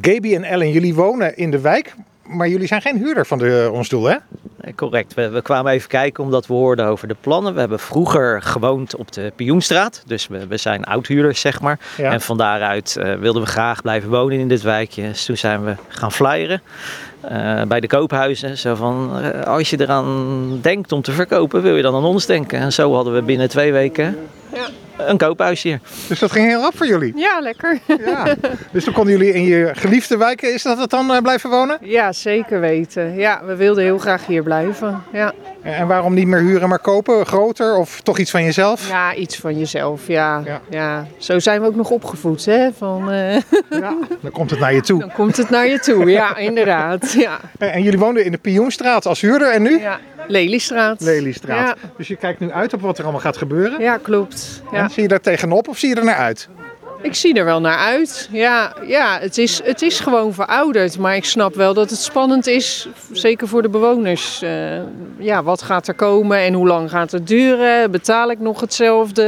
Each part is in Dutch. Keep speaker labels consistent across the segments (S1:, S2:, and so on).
S1: Gaby en Ellen, jullie wonen in de wijk, maar jullie zijn geen huurder van de eh, ons doel, hè?
S2: Nee, Correct. We, we kwamen even kijken omdat we hoorden over de plannen. We hebben vroeger gewoond op de Pioenstraat. Dus we, we zijn oudhuurders, zeg maar.
S1: Ja.
S2: En van daaruit eh, wilden we graag blijven wonen in dit wijkje. Dus toen zijn we gaan flyeren eh, bij de koophuizen. Zo van, eh, als je eraan denkt om te verkopen, wil je dan aan ons denken. En zo hadden we binnen twee weken
S3: Ja.
S2: een koophuis hier.
S1: Dus dat ging heel rap voor jullie.
S3: Ja, lekker.
S1: Ja. dus toen konden jullie in je geliefde wijken, is dat het dan, eh, blijven wonen?
S3: Ja, zeker weten. Ja, we wilden heel graag hier blijven. Ja,
S1: En en waarom niet meer huren, maar kopen? Groter of toch iets van jezelf?
S3: ja iets van jezelf, ja.
S1: Ja.
S3: ja. Zo zijn we ook nog opgevoed, hè. Van, eh,
S1: Ja, Dan komt het naar je toe.
S3: dan komt het naar je toe. Ja, inderdaad. Ja.
S1: En en jullie woonden in de Pioenstraat als huurder en nu?
S3: ja. Lelystraat.
S1: Lelystraat. Dus je kijkt nu uit op wat er allemaal gaat gebeuren.
S3: Ja, ja klopt. Ja.
S1: En zie je daar tegenop of zie je er naar uit?
S3: Ik zie er wel naar uit. Ja, ja het, is, het is gewoon verouderd. Maar ik snap wel dat het spannend is. Zeker voor de bewoners. Eh, ja, wat gaat er komen en hoe lang gaat het duren? Betaal ik nog hetzelfde?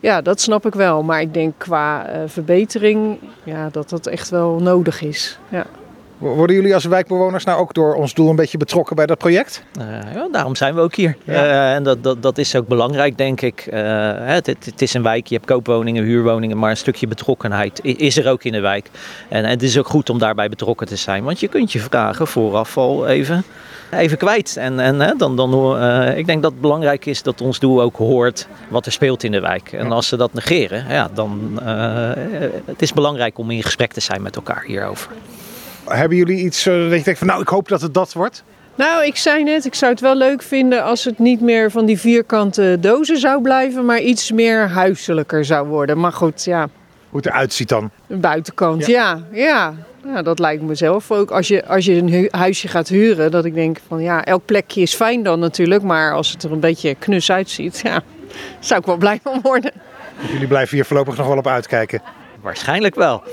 S3: Ja, ja dat snap ik wel. Maar ik denk qua eh, verbetering ja, dat dat echt wel nodig is. Ja.
S1: W- Worden jullie als wijkbewoners nou ook door ons doel een beetje betrokken bij dat project?
S2: Eh, ja, daarom zijn we ook hier.
S1: Ja.
S2: Eh, en dat, dat, dat is ook belangrijk, denk ik. Eh, hè, het, het- het is een wijk, je hebt koopwoningen, huurwoningen, maar een stukje betrokkenheid i- is er ook in de wijk. En, en het is ook goed om daarbij betrokken te zijn, want je kunt je vragen vooraf al even, even kwijt. En, en hè, dan, dan, hoor- eh, ik denk dat het belangrijk is dat ons doel ook hoort wat er speelt in de wijk. En
S1: Ja.
S2: als ze dat negeren, ja, dan eh, eh, het is belangrijk om in gesprek te zijn met elkaar hierover.
S1: Hebben jullie iets eh, dat je denkt van nou ik hoop dat het dat wordt?
S3: Nou, ik zei net, ik zou het wel leuk vinden als het niet meer van die vierkante dozen zou blijven, maar iets meer huiselijker zou worden. Maar goed, ja,
S1: Hoe het eruit ziet dan.
S3: Een buitenkant, ja. ja, Nou, dat lijkt mezelf ook. Als je, als je een hu- huisje gaat huren, dat ik denk van ja, elk plekje is fijn dan natuurlijk. Maar als het er een beetje knus uitziet, ja, zou ik wel blij van worden.
S1: Dus jullie blijven hier voorlopig nog wel op uitkijken.
S2: Waarschijnlijk wel.